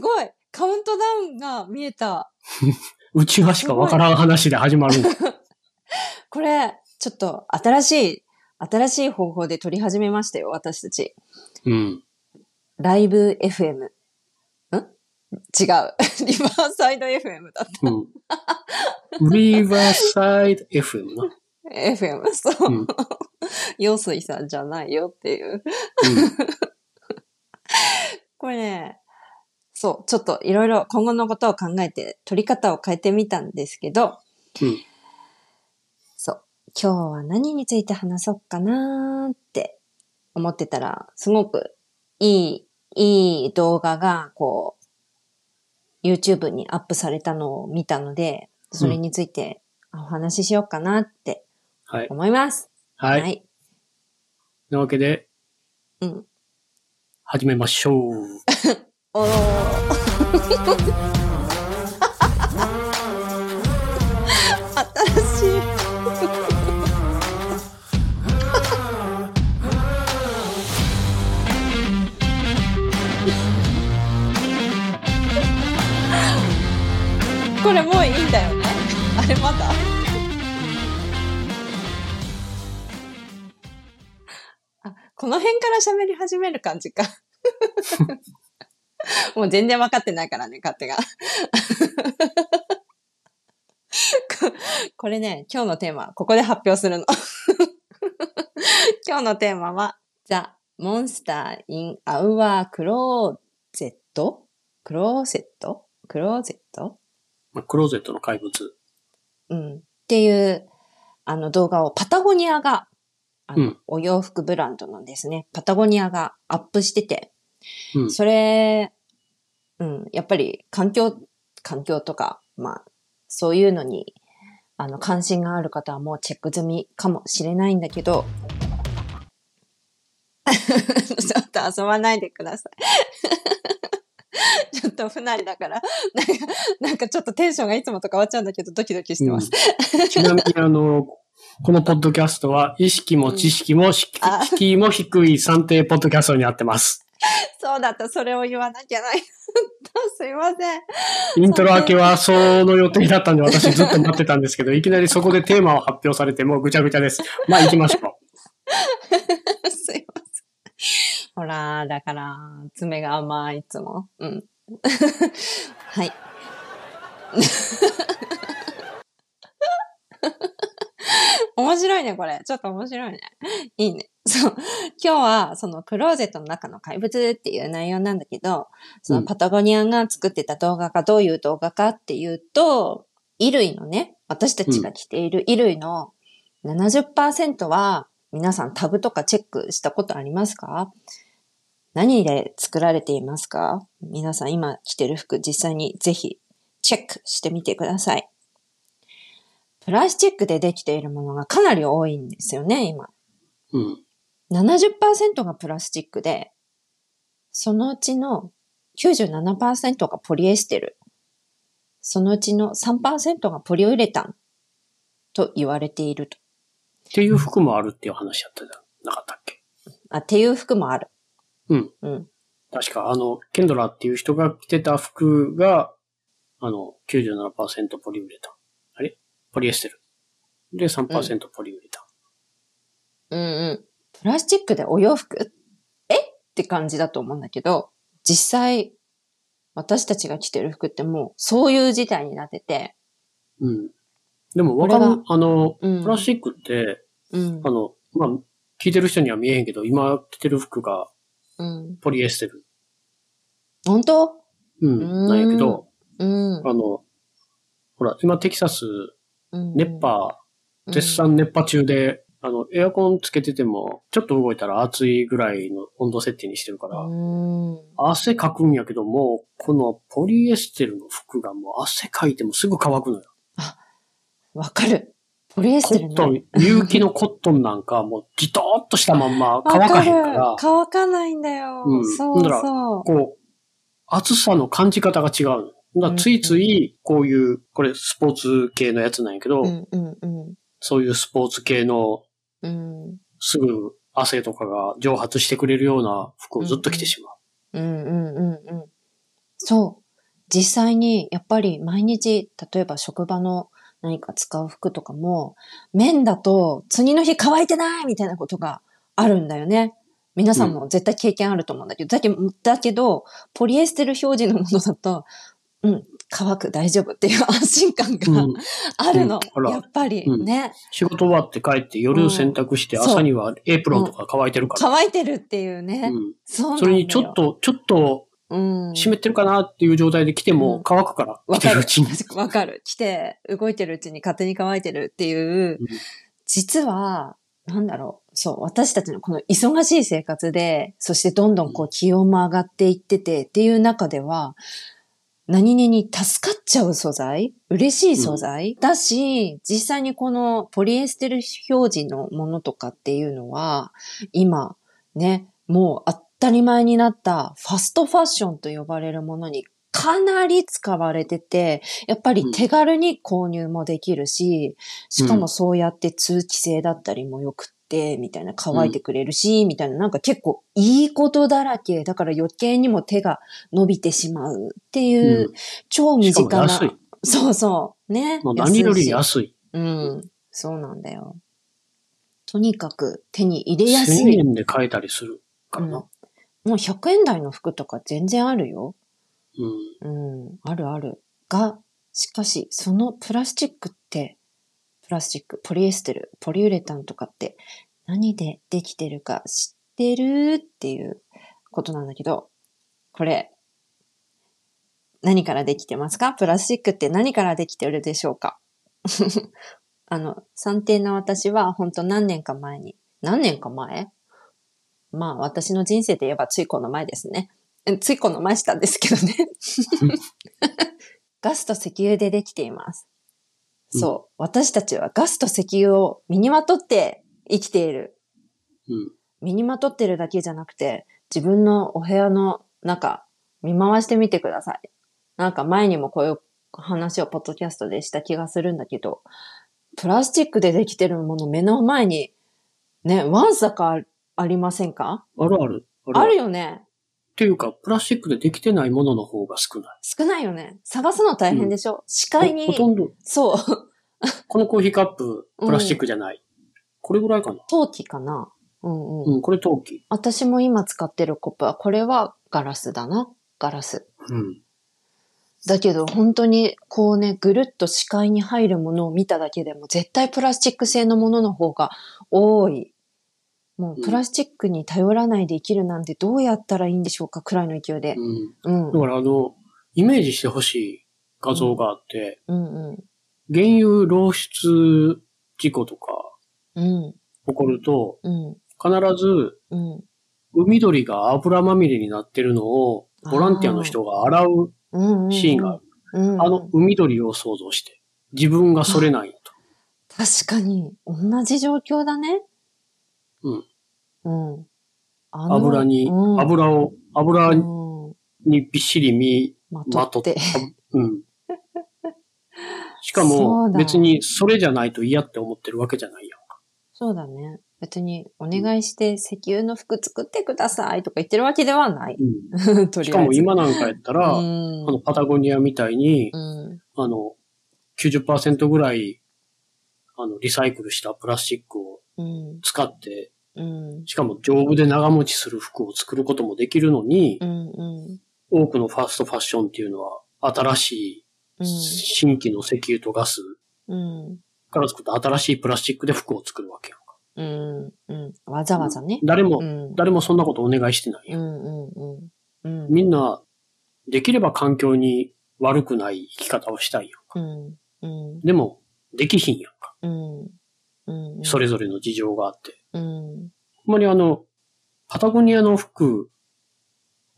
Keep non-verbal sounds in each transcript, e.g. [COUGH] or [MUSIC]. ごいカウントダウンが見えた。うちわしかわからん話で始まるんだ。これ、ちょっと新しい、新しい方法で撮り始めましたよ、私たち。うん。ライブ FM。ん違う。 [LAUGHS] リバーサイド FM だっうん。リバーサイド FM な。た。FM? そう。 [LAUGHS] うん。陽水さんじゃないよっていう。これね、そう、ちょっといろいろ今後のことを考えて、撮り方を変えてみたんですけど、うんそう、今日は何について話そうかなーって思ってたら、すごくいい、いい動画が、こう、YouTube にアップされたのを見たので、それについてお話ししようかなってはい。思います。はい。い。なわけで、うん。始めましょう。おー新しい。これもういいんだよね。あれまだ。あ、この辺から喋り始める感じか。もう全然分かってないからね、勝手が。ここれね、今日のテーマ、ここで発表するの。今日のテーマは、The Monster in Our Closet? クローゼットクローゼットまあクローゼットの怪物。うん。っていう、あの動画をパタゴニアが、あの、うんお洋服ブランドのですね、パタゴニアがアップしてて、うん。それ、うん、やっぱり環境、環境とか、まあ、そういうのに、あの、関心がある方はもうチェック済みかもしれないんだけど、 [LAUGHS] ちょっと遊ばないで [LAUGHS] ください。ちょっと不慣れだから、なんか、なんかちょっとテンションがいつもと変わっちゃうんだけど、ドキドキしてます。うんちなみに、あの、このポッドキャストは、意識も知識も、しあ敷居も低い算定ポッドキャストになってます。そうだった、それを言わなきゃない。 [LAUGHS] すいません。イントロ明けは、その予定だったんで、私ずっと待ってたんですけど、いきなりそこでテーマを発表されて、もうぐちゃぐちゃです。まあ、行きましょ [LAUGHS] すいません。ほら、だから、爪が甘い、いつも。うん。 [LAUGHS] はい。面白いね、これ。ちょっと面白いね。いいね。そう。今日は、そのクローゼットの中の怪物っていう内容なんだけど、そうのんパタゴニアが作ってた動画がどういう動画かっていうと、衣類のね、私たちが着ている衣類の70%は、皆さんタグとかチェックしたことありますか何で作られていますか皆さん今着てる服実際にぜひチェックしてみてください。プラスチックでできているものがかなり多いんですよね、今。 [LAUGHS] う。うん。 70%がプラスチックで、そのうちの97%がポリエステル。そのうちの3%がポリウレタンと言われていると。っていう服もあるっていう話やったじゃなかったっけあ、っていう服もある。うん。うん。確か、あの、ケンドラっていう人が着てた服が、あの、97%ポリウレタン。あれポリエステル。で、3%ポリウレタうン。んうん。プラスチックでお洋服えって感じだと思うんだけど、実際、私たちが着てる服ってもう、そういう事態になってて、うん。でも、わかるこ、あの、うんプラスチックって、うんあ。の、まあ、聞いてる人には見えへんけど、今着てる服がうん。ポリエステル。本当うんうん、なんやけど、うん。あの、ほら、今テキサス、うん熱波、うん絶賛熱波中で、あの、エアコンつけてても、ちょっと動いたら暑いぐらいの温度設定にしてるから、うん。汗かくんやけども、このポリエステルの服がもう汗かいてもすぐ乾くのよ。わかる。ポリエスコテルットの。ン、有機のコットンなんかもうギトーっとしたまんま乾わかかへんかるら。、乾かないんだよ。うんそうだからそこう、暑さの感じ方が違うの。だからついつい、こういう、これスポーツ系のやつなんやけど、う。うんうんうん。そういうスポーツ系のうんすぐ汗とかが蒸発してくれるような服をずっと着てしまう。うんうんうんうん。そう。実際に、やっぱり毎日、例えば職場の何か使う服とかも、綿だと、次の日乾いてないみたいなことがあるんだよね。皆さんも絶対経験あると思うんだけど、だけだけど、ポリエステル表示のものだと、うん、乾く大丈夫っていう安心感が [LAUGHS] うんあるの。うんあらやっぱりうんね。仕事終わって帰って夜洗濯してうんそう朝にはエプロンとか乾いてるから。乾いてるっていうね。うんそうなんだよそれにちょっ、と、ちょっとうん、湿ってるかなっていう状態で来てうもん乾くから、わ来かてるるうちに。わかる。来て、動いてるうちに勝手に乾いてるっていう、うん実は、なんだろう。そう、私たちのこの忙しい生活で、そしてどんどんこう気温も上がっていっててっていう中では、何々に助かっちゃう素材嬉しい素材、だし、実際にこのポリエステル表示のものとかっていうのは、今、ね、もう当たり前になったファストファッションと呼ばれるものにかなり使われてて、やっぱり手軽に購入もできるし、しかもそうやって通気性だったりもよくって、みたいな乾いてくれるし、みたいななんか結構いいことだらけ、だから余計にも手が伸びてしまうっていう、う超ん身しか近もな。安い。そうそう。ね。もう何よりし安い。うん。そうなんだよ。とにかく手に入れやす1000い。円で買えたりするからな。うんもう100円台の服とか全然あるよ。うん。うん、あるある。が、しかし、そのプラスチックって、プラスチック、ポリエステル、ポリウレタンとかって何でできてるか知ってるっていうことなんだけど、これ、何からできてますかプラスチックって何からできてるでしょうか [LAUGHS] あの、算定の私は本当何年か前に、何年か前まあ私の人生で言えばついこの前ですね。えついこの前したんですけどね。ガスと石油でできています。そう。私たちはガスと石油を身にまとって生きている。うん。身にまとってるだけじゃなくて、自分のお部屋の中、見回してみてください。なんか前にもこういう話をポッドキャストでした気がするんだけど、プラスチックでできてるもの目の前に、ね、ワンサかありませんかあるある。ああるっよね。ていうか、プラスチックでできてないものの方が少な少ないよね。探すの大変でしょ、視界い。にほ、とんど、そう、このコーヒーカップ、プラスチックじゃない。これぐらいかな。陶器かな。うんうん。うん、これ陶器。私も今使ってるコップは、これはガラスだな。ガラス。うん。だけど本当にこうね、ぐるっと視界に入るものを見ただけでも絶対プラスチック製のものの方が多い。もううんプラスチックに頼らないで生きるなんてどうやったらいいんでしょうかくらいの勢いで。うん。うん。うだんからあの、イメージしてほしい画像があって、うん。原油漏出事故とかうん。起こると、うん。必ずうん。海鳥が油まみれになってるのを、ボランティアの人が洗ううん。うんシーンがある。うん。あの海鳥を想像して。自分がそれないと。確かに、同じ状況だね。うん。うん。あの油に、うん油を、う油にんびっしり身、まとって。うん。しかそもうだ別にそれじゃないと嫌って思ってるわけじゃないよ。そうだね。別にお願いして石油の服作ってくださいとか言ってるわけではない。うとん、しりかあえもず。今なんかやったら、あうんのパタゴニアみたいに、うん。あの、90%ぐらい、あの、リサイクルしたプラスチックをうん。使って、うん。しかも丈夫で長持ちする服を作ることもできるのにう、ん。うん。多くのファーストファッションっていうのは、新しうんい新規の石油とガスうん。から作った新しいプラスチックで服を作るわけよ。うん。うん。わざわざね。誰もう、ん。誰もそんなことお願いしてないよう。ん。うん。うん。みんな、できれば環境に悪くない生き方をしたいよ。うん。うん。でも、できひんやんか。うん。うん。それぞれの事情があって。うん。ほんまにあの、パタゴニアの服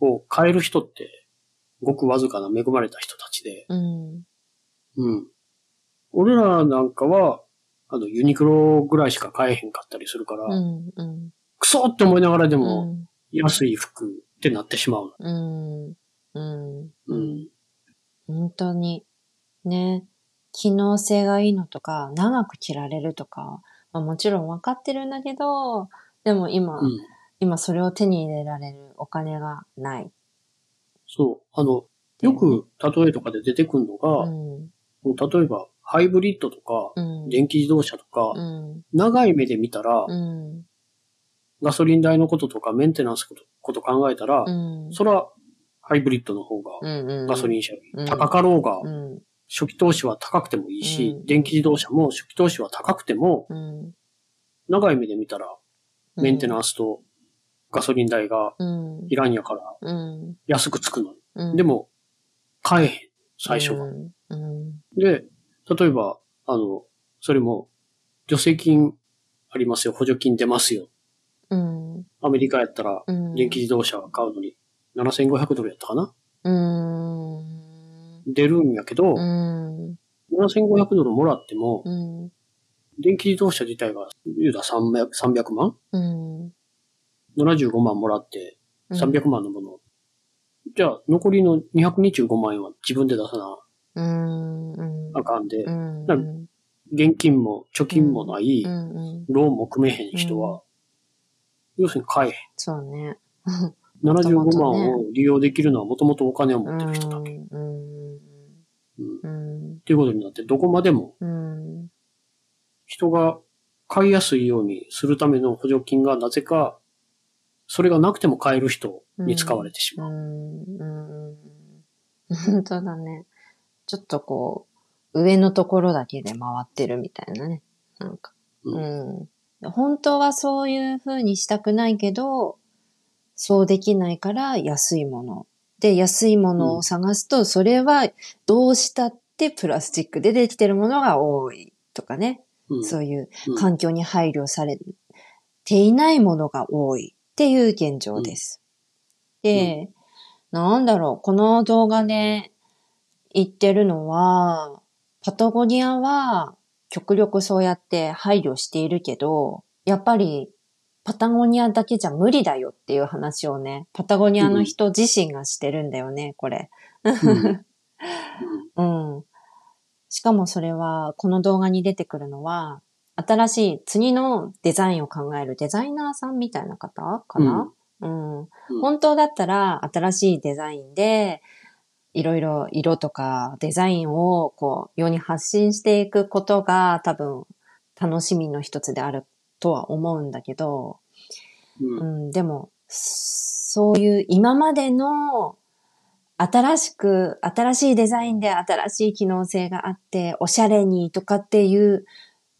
を買える人って、ごくわずかな恵まれた人たちで、うん。うん。俺らなんかは、あの、ユニクロぐらいしか買えへんかったりするから、うん。うん。クソって思いながらでも、うん。安い服ってなってしまううん。うん。の。うん。本当に、ね、機能性がいいのとか、長く着られるとか、まあ、もちろん分かってるんだけど、でも今、うん。今それを手に入れられるお金がない。そう。あの、ていうよく例えとかで出てくるのうが、ん。もう例えばハイブリッドとか、うん。電気自動車とかう、ん。長い目で見たら、うん。ガソリン代のこととかメンテナンスことこと考えたらう、ん。そら、ハイブリッドの方が、うん。ガソリン車ようんり高かろうがう、ん。初期投資は高くてもいいしう、ん電気自動車も初期投資は高くても、うん。長い目で見たら、メンテナンンスとガソリン代がス。うんい。らんやからうん。安くつくの。うん。でも、買えへん、最初うは。ん。うん。で、例えば、あの、それも、助成金ありますよ、補助金出ますよ。うん。アメリカやったら、うん。電気自動車買うのに、7500ドルやったかなうん。出るんやけう、どん。 7500ドルもらっても、うん。電気自動車自体が、言うたら300 300万うん。 75万もらって300万のもの。じゃあ、残りの225万円は自分で出さなうん。うん。あかんでう、ん。うん。現金も貯金もない、うん。ローンも組めへん人は、要するに買えへん。そうね。元々75ね万を利用できるのはもともとお金をう持ってるん人だけ。っ。うん。うん。ていうことになって、どこまでもうん。人が買いやすいようにするための補助金がなぜか、それがなくても買える人に使われてしうまう。んうんうん本当だね。ちょっとこう、上のところだけで回ってるみたいなね。なんか。ううん。本当はそういう風にしたくないけど、そうできないから安いもの。で、安いものを探すと、それはどうしたってプラスチックでできてるものが多いとかね。うんそういううん環境に配慮されていないものが多いっていう現状です。で、なんだろう、この動画で言ってるのは、パタゴニアは極力そうやって配慮しているけど、やっぱりパタゴニアだけじゃ無理だよっていう話をね、パタゴニアの人自身がしてるんだよね、これ。うんうん。しかもそれは、この動画に出てくるのは、新しい次のデザインを考えるデザイナーさんみたいな方かな、うん、うん本当だったら、新しいデザインで、いろいろ色とかデザインをこう世に発信していくことが多分楽しみの一つであるとは思うんだけど、うんうん、でも、そういう今までの新しく、新しいデザインで新しい機能性があって、おしゃれにとかっていう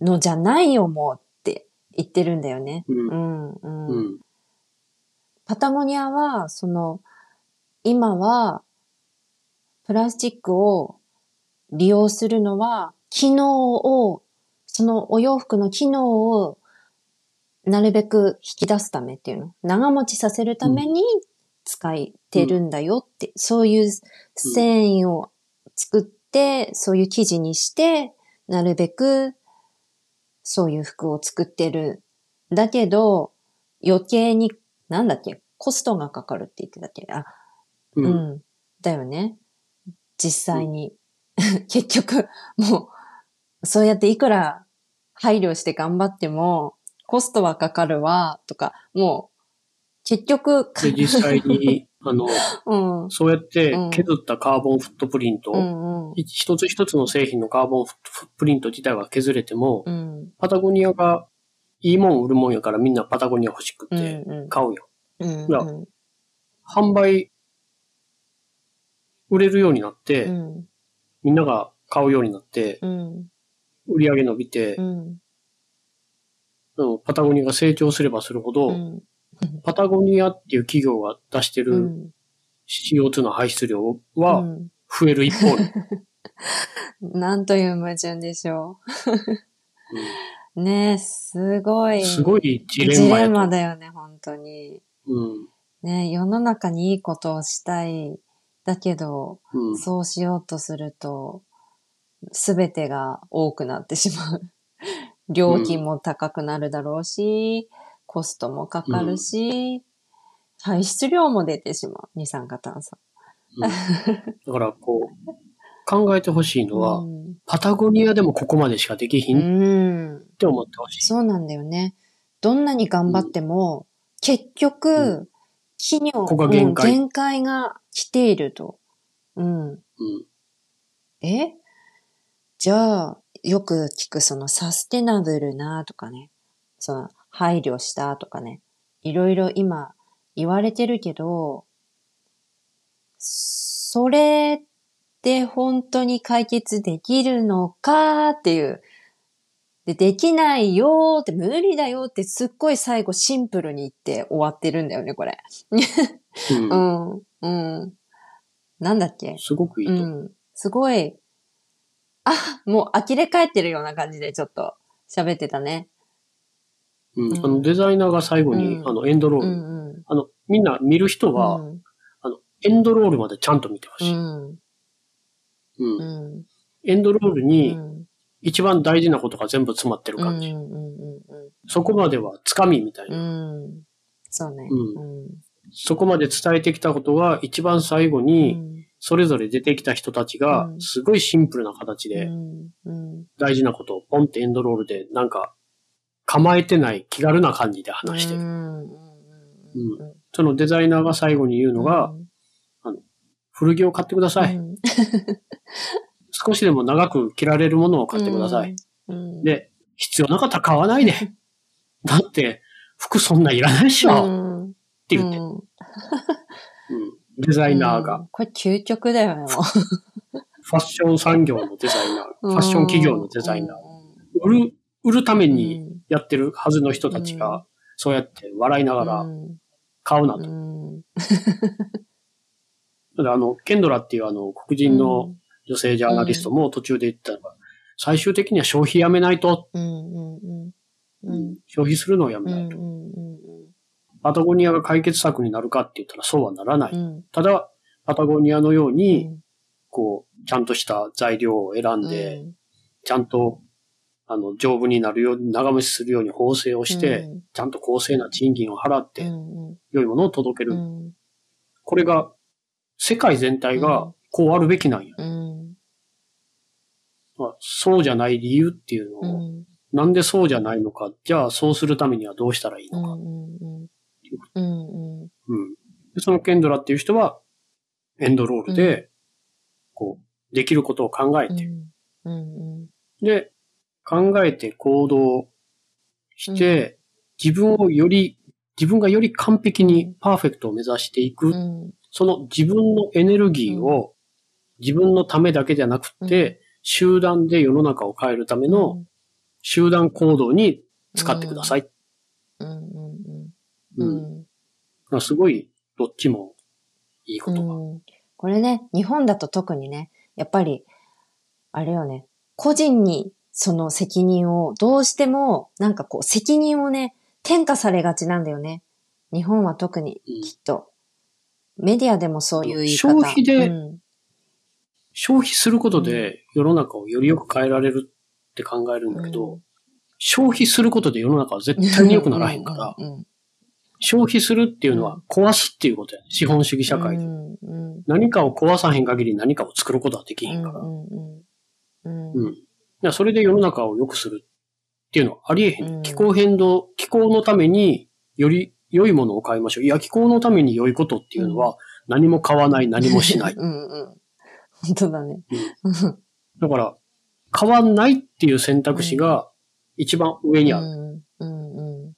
のじゃないよ、もうって言ってるんだよね。うんうん、うん。うんパタゴニアは、その、今は、プラスチックを利用するのは、機能を、そのお洋服の機能を、なるべく引き出すためっていうの。長持ちさせるために使いてるんだよって、そういう繊維を作って、そういう生地にして、なるべく、そういう服を作ってる。だけど、余計に、なんだっけ、コストがかかるって言ってたっけあ、うんうん。だよね。実際に。 [LAUGHS] 結局、もう、そうやっていくら配慮して頑張っても、コストはかかるわ、とか、もう、結局、で、実際に、あの、うん。そうやってうん削ったカーボンフットプリント、うんうん。い一つ一つの製品のカーボンフットプリント自体が削れても、うん。パタゴニアがいいもん売るもんやからみんなパタゴニア欲しくうんてうん。買うよ。うんがうん販売、売れるようになって、うんみんなが買うようになって、うん売り上げ伸びてう、んうんパタゴニアが成長すればするほど、うんパタゴニアっていう企業が出してうるん CO2 の排出量うはん増える一方で、 [LAUGHS] なんという矛盾でしょうう。んねえ、すごい。すごいジジレンマレやンマと。だよね、本当に。うんねえ世の中にいいことをしたい。だけど、うんそうしようとすると、すべてが多くなってしまう。 [LAUGHS] 料金も高くなるだろうし、コストもかかるし、排出量も出てしまう。二酸化炭素。うんだからこう、考えてほしいのは、うんパタゴニアでもここまでしかできひうんっん。て思ってほしい。そうなんだよね。どんなに頑張っても、結局、う企業ここが限界うん限界が来ていると。うん。うん。えじゃあ、よく聞くそのサステナブルなとかね、その配慮したとかね、いろいろ今言われてるけど、それって本当に解決できるのかっていう。で、できないよーって、無理だよってすっごい最後シンプルに言って終わってるんだよね、これ。うんうん、うん。なんだっけすごくいいと思う。うん。すごい、あ、もう呆れ返ってるような感じでちょっと喋ってたね。うんうんあのデザイナーが最後に、うんあのエンドローうル、んうん。あの、みんな見る人は、うんエンドロールまでちゃんと見てほうしい、ん。うんうん。エンドロールうん。に一番大事なことが全部詰まってるうん。うん。感じ。うん。そこまではつかみみたいな。うん。うん。そうね。。うんそこまで伝えてきたことが一番最後うに、ん。それぞれ出てきた人たちがう、んすごいシンプルな形うでん。うん。大事なことをポンってエンドロールで、なんか、構えてない気軽な感じで話してうる。ん。うん。うん。そのデザイナーが最後に言うのが、うん、古着を買ってください。うん。少しでも長く着られるものを買ってください。うん。うん、で、必要なかったら買わない [LAUGHS] で。だって、服そんないらないっしうょっん。って言って。うん、うんデザイナーうが、ん。これ究極だよね、もファッション産業のデザイナー、う。ファッション企業のデザイナー、ー売る、売るためにやってるはずの人たちうが、そうやって笑いながらうん。買うなと。うん。ただあの、ケンドラっていうあの、黒人の女性ジャーナリストも途中で言ったのが、最終的には消費やめないと、うんうんうんうん消費するのをやうめないんと。うんパタゴニアが解決策になるかって言ったらそうはならない。うんただ、パタゴニアのよううに、んこう、ちゃんとした材料を選んで、うんちゃんと、あの、丈夫になるように、長持ちするように縫製をして、ちゃんと公正な賃金を払って、うんうん良いものを届ける。うんこれが、世界全体うがんこうあるべきなんや。うんまあそうじゃない理由っていうのうを、んなんでそうじゃないのか、じゃあそうするためにはどうしたらいいのか。うんうんうんうん。でそのケンドラっていう人は、エンドロールで、こう、できることを考えて、うんで、考えて行動して、自分をより、自分がより完璧にパーフェクトを目指していく、うんその自分のエネルギーを自分のためだけじゃなくて、集団で世の中を変えるための集団行動に使ってください。うんうんう。うんだんからすごい、どっちもいいことが。うんこれね日本だと特にねやっぱりあれよね個人にその責任をどうしてもなんかこう責任をね転嫁されがちなんだよね日本は特にうんきっと。メディアでもそういう言い方。消費でうん消費することで世の中をよりよく変えられるって考えるんだけど、う消費することで世の中は絶対に良くならへんから、うんうんうん消費するっていうのは壊すっていうことやね。資本主義社会で。うんうん何かを壊さへん限り何かを作ることはできへんから。うんうんううんん。だからそれで世の中を良くするっていうのはありえへん。うん気候変動、気候のためにより良いものを買いましょう。いや、気候のために良いことっていうのは何も買わない、何もし [LAUGHS] ない。うんうん。本当だね。だから、買わないっていう選択肢が一番上にある。うんうんうん。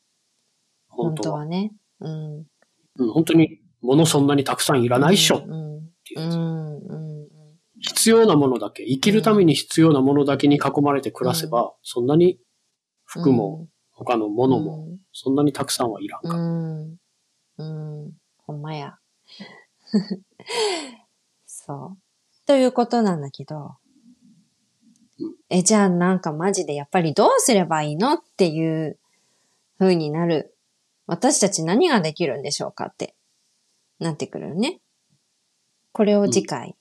本本当当は。はね。うん。うん、本当に物そんなにたくさんいらないっしょっうんていううやつ。んうんうん。必要なものだけ、生きるために必要なものだけに囲まれて暮らせば、そんなに服も他のもうん、のも、そんなにたくさんはいらんうか。ん。うん。ほんまや。 [LAUGHS] そう。ということなんだけどうん。え、じゃあなんかマジでやっぱりどうすればいいのっていう風になる。私たち何ができるんでしょうかってなってくるよね。これを次回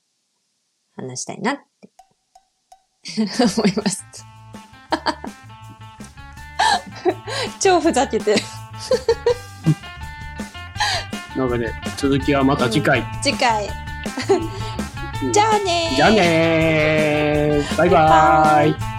話したいなって [LAUGHS] 思います。 [LAUGHS] 超ふざけてる。なので、続きはまた次回。次回うん。じゃあねー 네.じゃあねーバイババイバーイイ